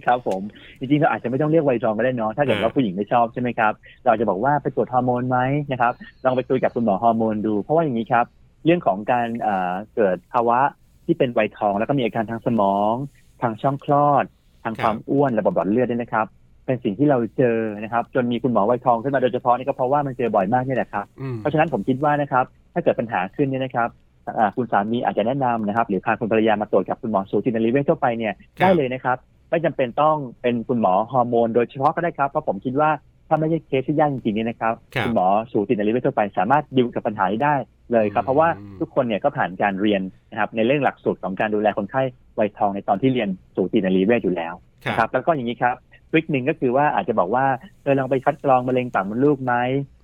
ครับผม จริงๆเราอาจจะไม่ต้องเรียกไวยทองก็ได้เนาะถ้าเกิดว่าผู้หญิงไม่ชอบใช่ไหมครับ เราจะบอกว่าไปตรวจฮอร์โมนไหมนะครับลองไปคุยกับคุณหมอฮอร์โมนดู เพราะว่าอย่างนี้ครับ เรื่องของการเอ่อเกิดภาวะที่เป็นไวยทอง แล้วก็มีอาการทางสมอง ทางช่องคลอด ทาง
ครับ
ความอ้วนระบบหลอดเลือดเนี่ยนะครับ เป็นสิ่งที่เราเจอนะครับ จนมีคุณหมอไวยทองขึ้นมาโดยเฉพาะนี่ก็เพราะว่ามันเจอบ่อยมากเนี่ยแหละครับ
อืม
เพราะฉะนั้นผมคิดว่านะครับ ถ้าเกิดปัญหาขึ้นเนี่ยนะครับอ่าคุณสามีอาจจะแนะนำนะครับ หรือพาคุณภรรยามาตรวจกับคุณหมอสูตินรีเวชทั่วไปเนี่ยได้เลยนะครับ ไม่จำเป็นต้องเป็นคุณหมอฮอร์โมนโดยเฉพาะก็ได้ครับเพราะผมคิดว่าถ้าไม่ใช่เคสที่ยากจริงๆเนี่ยนะครับ
ครับ
ณหมอสูตินรีเวชทั่วไปสามารถดิวกับปัญหานี้ได้เลยครับ
อืม
เพราะว่าทุกคนเนี่ยก็ผ่านการเรียนนะครับในเรื่องหลักสูตรของการดูแลคนไข้วัยทองในตอนที่เรียนสูตินรีเวชอยู่แล้ว
ครับ
นะครับแล้วก็อย่างนี้ครับทริคหนึ่งก็คือว่าอาจจะบอกว่าเออลองไปคัดกรองมะเร็งปากมดลูกไหม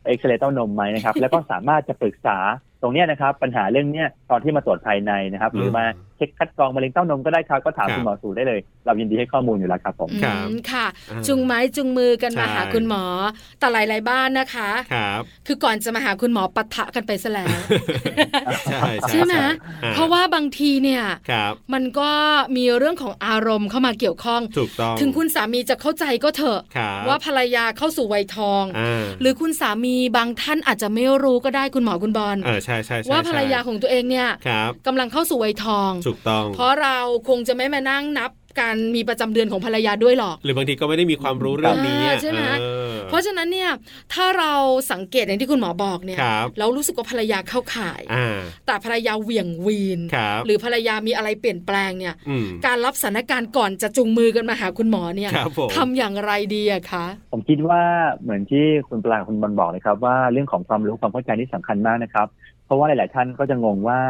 เอ็กซเรย์เต้านมไหมนะครับ แล้วก็สามารถจะปรึกษาตรงเนี้ยนะครับ ปัญหาเรื่องเนี้ยตอนที่มาตรวจภายในนะครับ หรือมาเช็คคัดกรองมะเร็งเต้านมก็ได้ครับก็ถาม
ครับ
คุณหมอสูได้เลย เรายินดีให้ข้อมูลอยู่แล้วครับผม
อื
ครับ
มค่ะ
อ่า
จุงไม้จุงมือกันมา
ใช่
หาคุณหมอแต่หลายๆบ้านนะคะ
ครับ
คือก่อนจะมาหาคุณหมอปะทะกันไปซะ
(laughs)
แล้ว
ใช่
ใช่ไหม
อ่
เพราะว่าบางทีเนี่ย
ครับ
มันก็มีเรื่องของอารมณ์เข้ามาเกี่ยวข้อง
ถูกต้อง
ถึงคุณสามีจะเข้าใจก็เถอะ
ครับ
ว่าภรรยาเข้าสู่วัยทอง
อ่า
หรือคุณสามีบางท่านอาจจะไม่รู้ก็ได้คุณหมอคุณบอล
เออใช่ใช่ใช่
ว่าภรรยา
ใช่
ของตัวเองเนี่ย
ครับ
กำลังเข้าสู่วัยทอง
ถูกต้อง
เพราะเราคงจะไม่มานั่งนับการมีประจำเดือนของภรรยาด้วยหรอก
หรือบางทีก็ไม่ได้มีความรู้เรื่องนี้
อ่า
อะ
ใช่ไหม
เออ
เพราะฉะนั้นเนี่ยถ้าเราสังเกตอย่างที่คุณหมอบอกเนี่ย
ครับ
เรารู้สึกว่าภรรยาเข้าข่าย
อ่า
แต่ภรรยาเหวี่ยงวีน
ครับ
หรือภรรยามีอะไรเปลี่ยนแปลงเนี่ย
อืม
การรับสถานการณ์ก่อนจะจุงมือกันมาหาคุณหมอเนี่ย
ครับผม
ทำอย่างไรดีอะคะ
ผมคิดว่าเหมือนที่คุณปลากับคุณบอลบอกเลยครับว่าเรื่องของความรู้ความเข้าใจนี่สำคัญมากนะครับ เพราะว่าหลาย ๆ ท่านก็จะงงว่า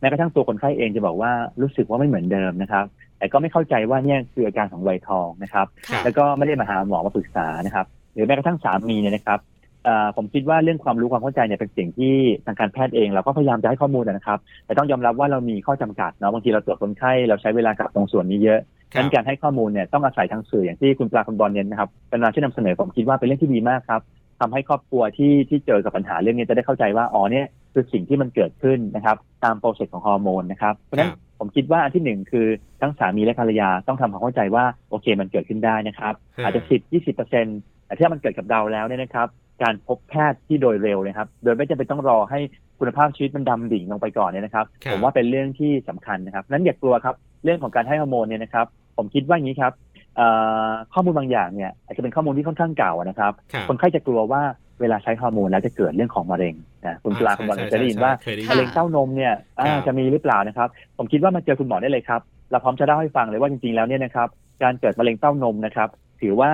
แม้กระทั่งตัวคนไข้เองจะบอกว่ารู้สึกว่าไม่เหมือนเดิมนะครับ แต่ก็ไม่เข้าใจว่าเนี่ยคืออาการของวัยทองนะครับ
ครับ
แล้วก็ไม่ได้มาหาหมอมาปรึกษานะครับ หรือแม้กระทั่งสามีเนี่ยนะครับเอ่อผมคิดว่าเรื่องความรู้ความเข้าใจเนี่ยเป็นสิ่งที่ทางการแพทย์เองเราก็พยายามจะให้ข้อมูลนะครับ แต่ต้องยอมรับว่าเรามีข้อจำกัดเนาะบางทีเราตรวจคนไข้เราใช้เวลากับตรงส่วนนี้เยอะ
ครั
งั้
บ
นการให้ข้อมูลเนี่ยต้องอาศัยทางสื่ออย่างที่คุณปลาคุณบอลเน้นนะครับเป็นการช่วยนำเสนอผมคิดว่าเป็นเรื่องที่ดีมากครับทำให้ครอบครัวที่ที่เจอกับปัญหาเรื่องนี้จะได้เข้าใจว่าอ๋อเนี่ยคือสิ่งที่มันเกิดขึ้นนะครับตามโปรเซสของฮอร์โมนนะครับเพราะฉะนั้น
ครับ
ผมคิดว่าอันที่หนึ่งคือทั้งสามีและภรรยาต้องทำความเข้าใจว่าโอเคมันเกิดขึ้นได้นะครับ
ฮะ
อาจจะสิบยี่สิบเปอร์เซ็นแต่ถ้ามันเกิดกับเราแล้วเนี่ยนะครับ การพบแพทย์ที่โดยเร็วนะครับ โดยไม่จำเป็นต้องรอให้คุณภาพชีวิตมันดำดิ่งลงไปก่อนเนี่ยนะครับ
ครับ
ผมว่าเป็นเรื่องที่สำคัญนะครับนั้นอย่ากลัวครับ เรื่องของการให้ฮอร์โมนเนี่ยนะครับ ผมคิดว่าอย่างนี้ครับเอ่อข้อมูลบางอย่างเนี่ยอาจจะเป็นข้อมูลที่ค่อนข้างเก่าอะนะครับ
ครับ
คนไข้จะกลัวว่าเวลาใช้ฮอร์โมนแล้วจะเกิดเรื่องของมะเร็งนะคุณปลาคุณบอล
ใช่
จะได้ยินว่า
ใช่ใช่
มะ
ใช่
เร็งเต้านมเนี่ยอ่า
ครับ
จะมีหรือเปล่านะครับ ผมคิดว่ามาเจอคุณหมอได้เลยครับ เราพร้อมจะเล่าให้ฟังเลยว่าจริงๆแล้วเนี่ยนะครับ การเกิดมะเร็งเต้านมนะครับ ถือว่า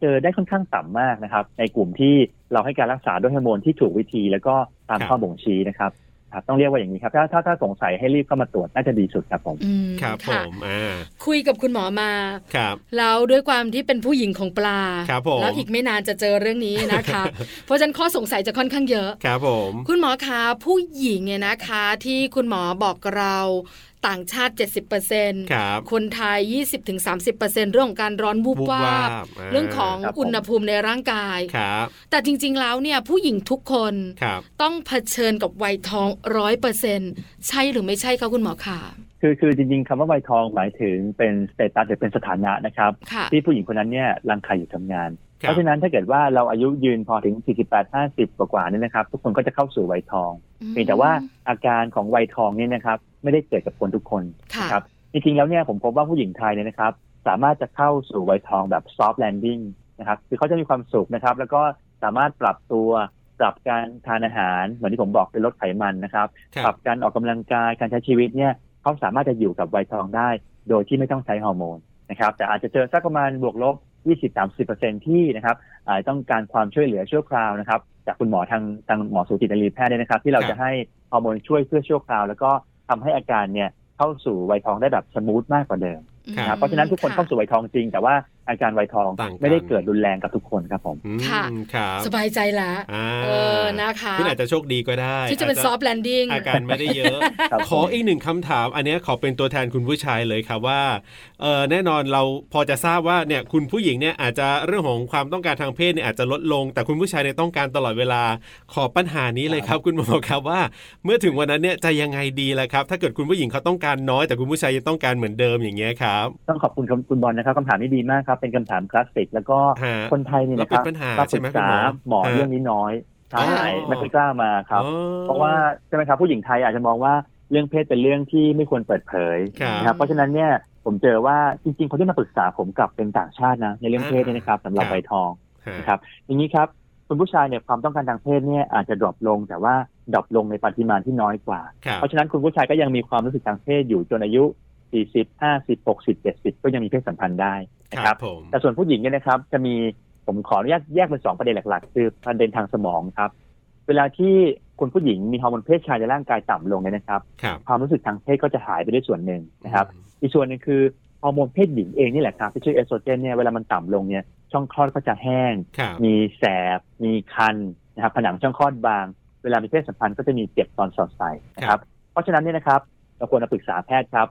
เจอได้ค่อนข้างต่ำมากนะครับ ในกลุ่มที่เราให้การรักษาด้วยฮอร์โมนที่ถูกวิธี แล้วก็ตาม
ครับ
ข้อบ่งชี้นะครับครับต้องเรียกว่าอย่างนี้ครับถ้าถ้าถ้าสงสัยให้รีบเข้ามาตรวจน่าจะดีสุดครับผม
อืม
ครับผ
ะ
มอ่า
คุยกับคุณหมอมา
ครับ
แล้วด้วยความที่เป็นผู้หญิงของปลา
ครับผม
แล้วอีกไม่นานจะเจอเรื่องนี้นะคะ
(laughs)
เพราะฉะนั้นข้อสงสัยจะค่อนข้างเยอะ
ครับผม
คุณหมอคะผู้หญิงเนี่ยนะคะ ที่คุณหมอบอกเราต่างชาติ 70%
ครับ
คนไทย 20-30%เรื่องของการร้อนวูบวาบ
า
เรื่องของ
ครับผม
อุณหภูมิในร่างกาย
ครับ
แต่จริงๆแล้วเนี่ยผู้หญิงทุกคน
ครับ
ต้องเผชิญกับวัยทองร้อยเปอร์เซ็นใช่หรือไม่ใช่คะคุณหมอคะ
คือคือจริงๆคำว่าวัยทองหมายถึงเป็นสเตตัสหรือเป็นสถานะนะครับ
ค่ะ
ที่ผู้หญิงคนนั้นเนี่ยรังไข่อยู่ทำงาน
ครับ
เพราะฉะนั้นถ้าเกิดว่าเราอายุยืนพอถึง 48 50 กว่าๆเนี่ยนะครับ ทุกคนก็จะเข้าสู่วัยทอง เพียงแต่ว่าอาการของวัยทองเนี่ยนะครับไม่ได้เกิดกับคนทุกคน
ค่ะ
นะครับจริงๆแล้วเนี่ยผมพบว่าผู้หญิงไทยเนี่ยนะครับ สามารถจะเข้าสู่วัยทองแบบ soft landing นะครับคือเขาจะมีความสุขนะครับ แล้วก็สามารถปรับตัว ปรับการทานอาหาร เหมือนที่ผมบอกเป็นลดไขมันนะครับ
ครั
ปรับ บการออกกำลังกายการใช้ชีวิตเนี่ยเขาสามารถจะอยู่กับวัยทองได้ โดยที่ไม่ต้องใช้ฮอร์โมนนะครับแต่อาจจะเจอสักประมาณบวกลบ 20-30%ที่นะครับอาจจะต้องการความช่วยเหลือชั่วคราวนะครับจากคุณหมอทางทางหมอสูตินรีแพทย์เนี่ยนะครับ ที่เรา
ครับ
จะให้ฮอร์โมนช่วยเพื่อชั่วคราว แล้วก็ทำให้อาการเนี่ยเข้าสู่วัยทองได้แบบสมูทมากกว่าเดิมนะครับเพราะฉะนั้นทุกคนเข้าสู่วัยทองจริง แต่ว่าอาการวัยทอง
ต่างกัน
ไม่ได้เกิดรุนแรงกับทุกคนครับผม
อืม
ค่ะ
ครับ
สบายใจละ
อ่า
เออนะคะ
คุณอาจจะโชคดีก็ได้
ที่จะเป็นซอฟต์แลนดิ้ง
อาการไม่ได้เยอะ
ครับ
ขออีกหนึ่งคำถาม อันเนี้ยขอเป็นตัวแทนคุณผู้ชายเลยครับว่าเออแน่นอนเราพอจะทราบว่าเนี่ยคุณผู้หญิงเนี่ยอาจจะเรื่องของความต้องการทางเพศเนี่ยอาจจะลดลง แต่คุณผู้ชายเนี่ยต้องการตลอดเวลาขอปัญหานี้เลยครับ คุณหมอครับว่า เมื่อถึงวันนั้นเนี่ยจะยังไงดีล่ะครับ ถ้าเกิดคุณผู้หญิงเขาต้องการน้อยแต่คุณผู้ชายยังต้องการเหมือนเดิมอย่างเงี้ยครับ
ต้องขอบคุณคุณบอลนะครับคำถามนี้ดีมากครับเป็นคำถามคลาสสิกแล้วก็
ฮะ
คนไทยเนี่ยนะครั
แล้
บ
วเป็นปัญหา
รับ
ใช่ไหม
ปรึกษา
คุณห
ห
ม
ม
อ
อ
ฮะ
เรื่องนี้น้อย
อ๋อ
ใช่ไม่ค่อยกล้ามาครับ
อ๋อ
เพราะว่าใช่ไหมครับผู้หญิงไทยอาจจะมองว่าเรื่องเพศเป็นเรื่องที่ไม่ควรเปิดเผย
ครับ
นะครับเพราะฉะนั้นเนี่ยผมเจอว่าจริงๆคนที่มาปรึกษาผมกลับเป็นต่างชาตินะในเรื่องเพศเนี่ยนะครับสำหรับใบทอง
ฮะ
นะครับอย่างนี้ครับคุณผู้ชายเนี่ยความต้องการทางเพศเนี่ยอาจจะดรอปลง แต่ว่าดรอปลงในปริมาณที่น้อยกว่า
ครับ
เพราะฉะนั้นคุณผู้ชายก็ยังมีความรู้สึกทางเพศอยู่จนอายุ 40 50 60 70 ก็ยังมีเพศสัมพันธ์ได้นะค
ครั
รั
บบ ผม
แต่ส่วนผู้หญิงเนี่ยนะครับจะมีผมขออนุญาตแยกเป็นสองประเด็นหลักๆ คือประเด็นทางสมองครับ เวลาที่คุณผู้หญิงมีฮอร์โมนเพศชายในร่างกายต่ำลงเนี่ยนะครับ
ครับ
ความรู้สึกทางเพศก็จะหายไปด้วยส่วนหนึ่งนะครับ อีกส่วนหนึ่งคือฮอร์โมนเพศหญิงเองนี่แหละครับที่ชื่อเอสโตรเจนเนี่ยเวลามันต่ำลงเนี่ยช่องคลอดก็จะแห้ง
ครับ
มีแสบ มีคันนะครับผนังช่องคลอดบาง เวลามีเพศสัมพันธ์ก็จะมีเจ็บตอนสอดใส่นะครับ เพราะฉะนั้นเนี่ยนะครับเราควรมาปรึกษาแพทย์ครับ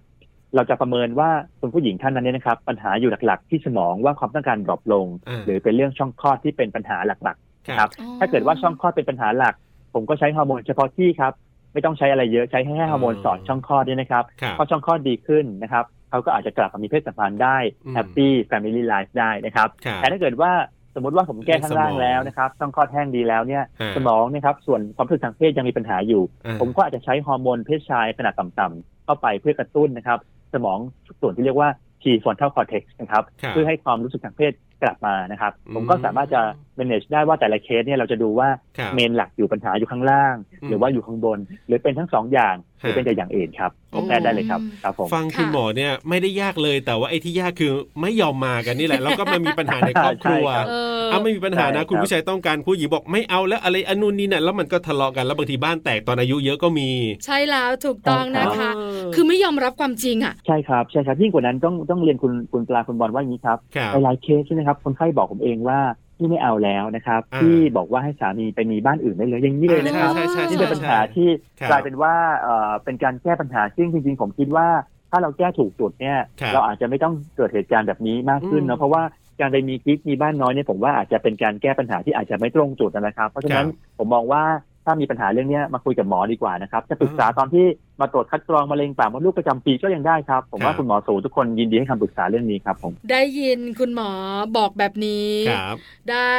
เราจะประเมินว่าคุณผู้หญิงท่านนั้นเนี่ยนะครับ ปัญหาอยู่หลักๆ ที่สมองว่าความต้องการดรอปลง
า
หรือเป็นเรื่องช่องคลอดที่เป็นปัญหาหลักๆนะครับ
อ๋อ
ถ้าเกิดว่าช่องคลอดเป็นปัญหาหลัก ผมก็ใช้ฮอร์โมนเฉพาะที่ครับ ไม่ต้องใช้อะไรเยอะใช้แค่ฮอร์โมนสอดช่องคลอดเนี่ยนะครับ
ครับ
พอช่องคลอดดีขึ้นนะครับเขาก็อาจจะกลับมามีเพศสัมพันธ์ได้
อืม
แฮปปี้แฟมิลี่ไลฟ์ได้นะครับ
ครับ
แต่ถ้าเกิดว่าสมมติว่าผมแก้ข้างล่างแล้วนะครับต้องคลอดแห้งดีแล้วเนี่ย
ฮะ
สมองเนะครับส่วนความรู้สึกทางเพศยังมีปัญหาอยู่
อ่า
ผมก็อาจจะใช้ฮอร์โมนเพศชายขนาดต่ำๆเข้าไปเพื่อกระตุ้นนะครับ สมองส่วนที่เรียกว่า prefrontal cortex นะครับ
ครับ
เพื่อให้ความรู้สึกทางเพศกลับมานะครับ
อืม
ผมก็สามารถจะ manage ได้ว่าแต่ละเคสเนี่ยเราจะดูว่า
ครับ
เมนหลักอยู่ปัญหาอยู่ข้างล่าง
อืม
หรือว่าอยู่ข้างบน หรือเป็นทั้งสองอย่าง หรือเป็นแต่อย่างอื่นครับพบแพทย์ได้เลยครับครับผม
ฟังคุณ
ค่ะ
หมอเนี่ยไม่ได้ยากเลยแต่ว่าไอ้ที่ยากคือไม่ยอมมากันนี่แหละ แล้วก็มันมีปัญหาในครอบครัว
ใช่ครับ
เออ
เอ้าไม่มีปัญหา
ใช่ครั
นะ
บ
คุณผู้ชายต้องการผู้หญิงบอกไม่เอาแล้วอะไรอนนุนนี่น่ะแล้วมันก็ทะเลาะกันแล้วบางทีบ้านแตกตอนอายุเยอะก็มี
ใช่แล้วถูกต้องนะคะ
เออ
คือไม่ยอมรับความจริงอ่ะ
ใช่ครับใช่ครับยิ่งกว่านั้นต้องต้องเรียนคุณคุณปลาคุณบอลว่าอย่างนี้ครับ
ครับ
หลายๆเคสใช่ไหมครับคนไข้บอกผมเองว่าที่ไม่เอาแล้วนะครับ
อ่า
ที่บอกว่าให้สามีไปมีบ้านอื่นได้เลยอย่างนี้เลยนะครับ
ใช่ใช่
นี่
ใช่
เป็นปัญหา
ใช่
ที่
ครับ
กลายเป็นว่าเอ่อเป็นการแก้ปัญหาซึ่งจริง ๆ ผมคิดว่า ถ้าเราแก้ถูกจุดเนี่ย
ครับ
เราอาจจะไม่ต้องเกิดเหตุการณ์แบบนี้มากขึ้น
อืม
เนาะเพราะว่าการไปมีกิ๊กมีบ้านน้อยเนี่ยผมว่าอาจจะเป็นการแก้ปัญหาที่อาจจะไม่ตรงจุดนะครับ เพราะฉะนั้นผมมองว่าถ้ามีปัญหาเรื่องเนี้ยมาคุยกับหมอดีกว่านะครับจะปรึกษาตอนที่มาตรวจคัดกรองมะเร็งปากมดลูกประจำปีก็ยังได้ครับ ผม
ครั
ว่า
บ
คุณหมอสูทุกคนยินดีให้คำปรึกษาเรื่องนี้ครับผม
ได้ยินคุณหมอบอกแบบนี้
ครับ
ได้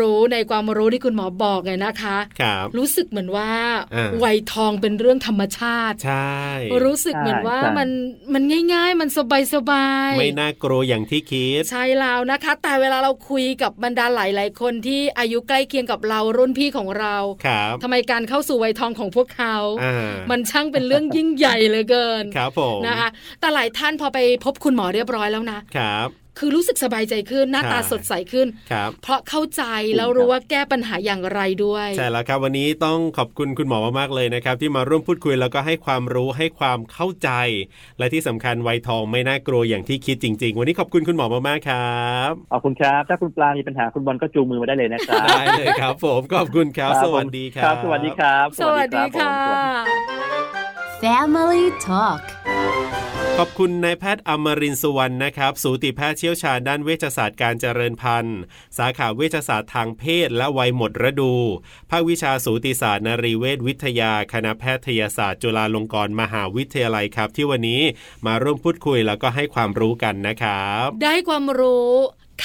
รู้ในความรู้ที่คุณหมอบอกไงนะคะ
ครับ
รู้สึกเหมือนว่า
อ่า
วัยทองเป็นเรื่องธรรมชาติ
ใช่
รู้สึกเหมือนว่า
ใช่
มันมันง่าย ๆ มันสบายสบายๆ
ไม่น่ากลัวอย่างที่คิด
ใช่แล้วนะคะ แต่เวลาเราคุยกับบรรดาหลาย ๆ คนที่อายุใกล้เคียงกับเรารุ่นพี่ของเรา
ครับ
ทำไมการเข้าสู่วัยทองของพวกเขา
อ่า
มันช่างเป็นเรื่องยิ่งใหญ่เหลือเกิน
ครับผม
นะคะ แต่หลายท่านพอไปพบคุณหมอเรียบร้อยแล้วนะ
ครับ
คือรู้สึกสบายใจขึ้นหน้าตา
ใช่
สดใสขึ้น
ครับ
เพราะเข้าใจ
จริง
แล้วรู้
ครับ
ว่าแก้ปัญหาอย่างไรด้วย
ใช่แล้วครับวันนี้ต้องขอบคุณคุณหมอมากๆเลยนะครับ ที่มาร่วมพูดคุยแล้วก็ให้ความรู้ให้ความเข้าใจ และที่สำคัญวัยทองไม่น่ากลัวอย่างที่คิดจริง ๆ วันนี้ขอบคุณคุณหมอมากๆครับ
ขอบคุณครับถ้าคุณปลามีปัญหาคุณบอลก็จูงมือมาได้เลยนะครับ
ได้เลยครับ ผมขอบคุณครับ
ครับ
ส
ผม
วัสดีครั
ครับ บ สวัสดีครับ
สวัสดี
รับผม
ค่ะ
สวัสดี
Family Talk
ขอบคุณนายแพทย์อมรินทร์สุวรรณนะครับ สูติแพทย์เชี่ยวชาญด้านเวชศาสตร์การเจริญพันธุ์ สาขาเวชศาสตร์ทางเพศและวัยหมดฤดู ภาควิชาสูติศาสตร์นรีเวชวิทยา คณะแพทยศาสตร์จุฬาลงกรณ์มหาวิทยาลัยครับ ที่วันนี้มาร่วมพูดคุยแล้วก็ให้ความรู้กันนะครับ
ได้ความรู้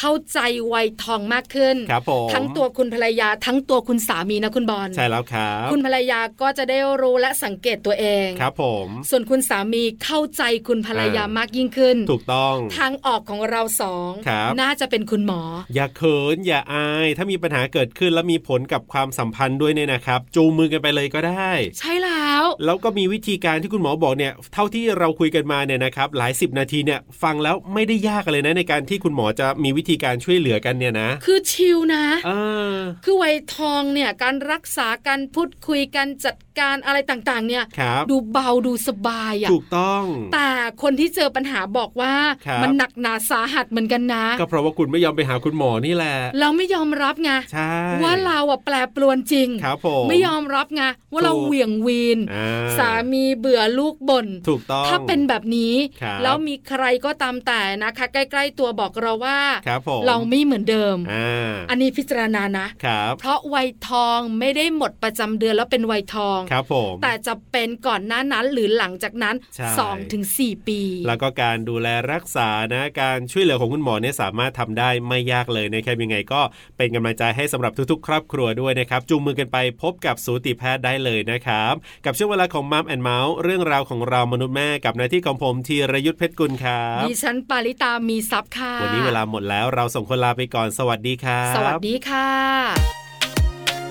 เข้าใจวัยทองมากขึ้น
ครับผม
ทั้งตัวคุณภรรยาทั้งตัวคุณสามีนะคุณบอล
ใช่แล้วครับ
คุณภรรยาก็จะได้รู้และสังเกตตัวเอง
ครับผม
ส่วนคุณสามีเข้าใจคุณภรรยา
อ่าม
มากยิ่งขึ้น
ถูกต้อง
ทางออกของเราสอง
ครับ
น่าจะเป็นคุณหมอ
อย่าเขินอย่าอาย ถ้ามีปัญหาเกิดขึ้นแล้วมีผลกับความสัมพันธ์ด้วยเนี่ยนะครับ จูงมือกันไปเลยก็ได้
ใช่แล้ว
แล้วก็มีวิธีการที่คุณหมอบอกเนี่ย เท่าที่เราคุยกันมาเนี่ยนะครับ หลายสิบนาทีเนี่ยฟังแล้วไม่ได้ยากเลยนะในการที่คุณหมอจะมีวิธีการช่วยเหลือกันเนี่ยนะ
คือชิลนะ
เออ
คือวัยทองเนี่ยการรักษาการพูดคุยการจัดการอะไรต่างๆ เนี่ย
ครับ
ดูเบาดูสบายอะ
ถูกต้อง
แต่คนที่เจอปัญหาบอกว่า
ครับ
มันหนักหนาสาหัสเหมือนกันนะ
ก็เพราะว่าคุณไม่ยอมไปหาคุณหมอนี่แหละ
เราไม่ยอมรับไง
ใช่
ว่าเราอะแปรปรวนจริง
ครับผม
ไม่ยอมรับไงว่าเรา
ถูก
เหวี่ยงวีน
อ่
สามีเบื่อลูกบ่น
ถูกต้อง
ถ้าเป็นแบบนี้
ครับ
แล้วมีใครก็ตามแต่นะคะ ใกล้ ๆ ตัวบอกเราว่า
ครับผม
เราไม่เหมือนเดิม
อ่า
อันนี้พิจารณานะ
ครับ
เพราะวัยทองไม่ได้หมดประจำเดือนแล้วเป็นวัยทอง
ครับผม
แต่จะเป็นก่อนหน้านั้นหรือหลังจากนั้น
ใช่
สองถึงสี่ปี
แล้วก็การดูแลรักษานะ การช่วยเหลือของคุณหมอเนี่ยสามารถทำได้ไม่ยากเลยนะครับยังไงก็เป็นกำลังใจให้สำหรับทุกๆ ครอบครัวด้วยนะครับ จูงมือกันไปพบกับสูติแพทย์ได้เลยนะครับ กับช่วงเวลาของมัมแอนเมาส์เรื่องราวของเรามนุษย์แม่กับหน้าที่ของผมธีรยุทธเพชรกุลครับ
ดิฉันปาริตามีซับค่ะ
วันนี้เวลาหมดแล้วเราส่งคนลาไปก่อนสวัสดีครับ
สวัสดีค่ะ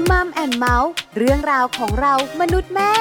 มัมแอนเมาส์เรื่องราวของเรามนุษย์แม่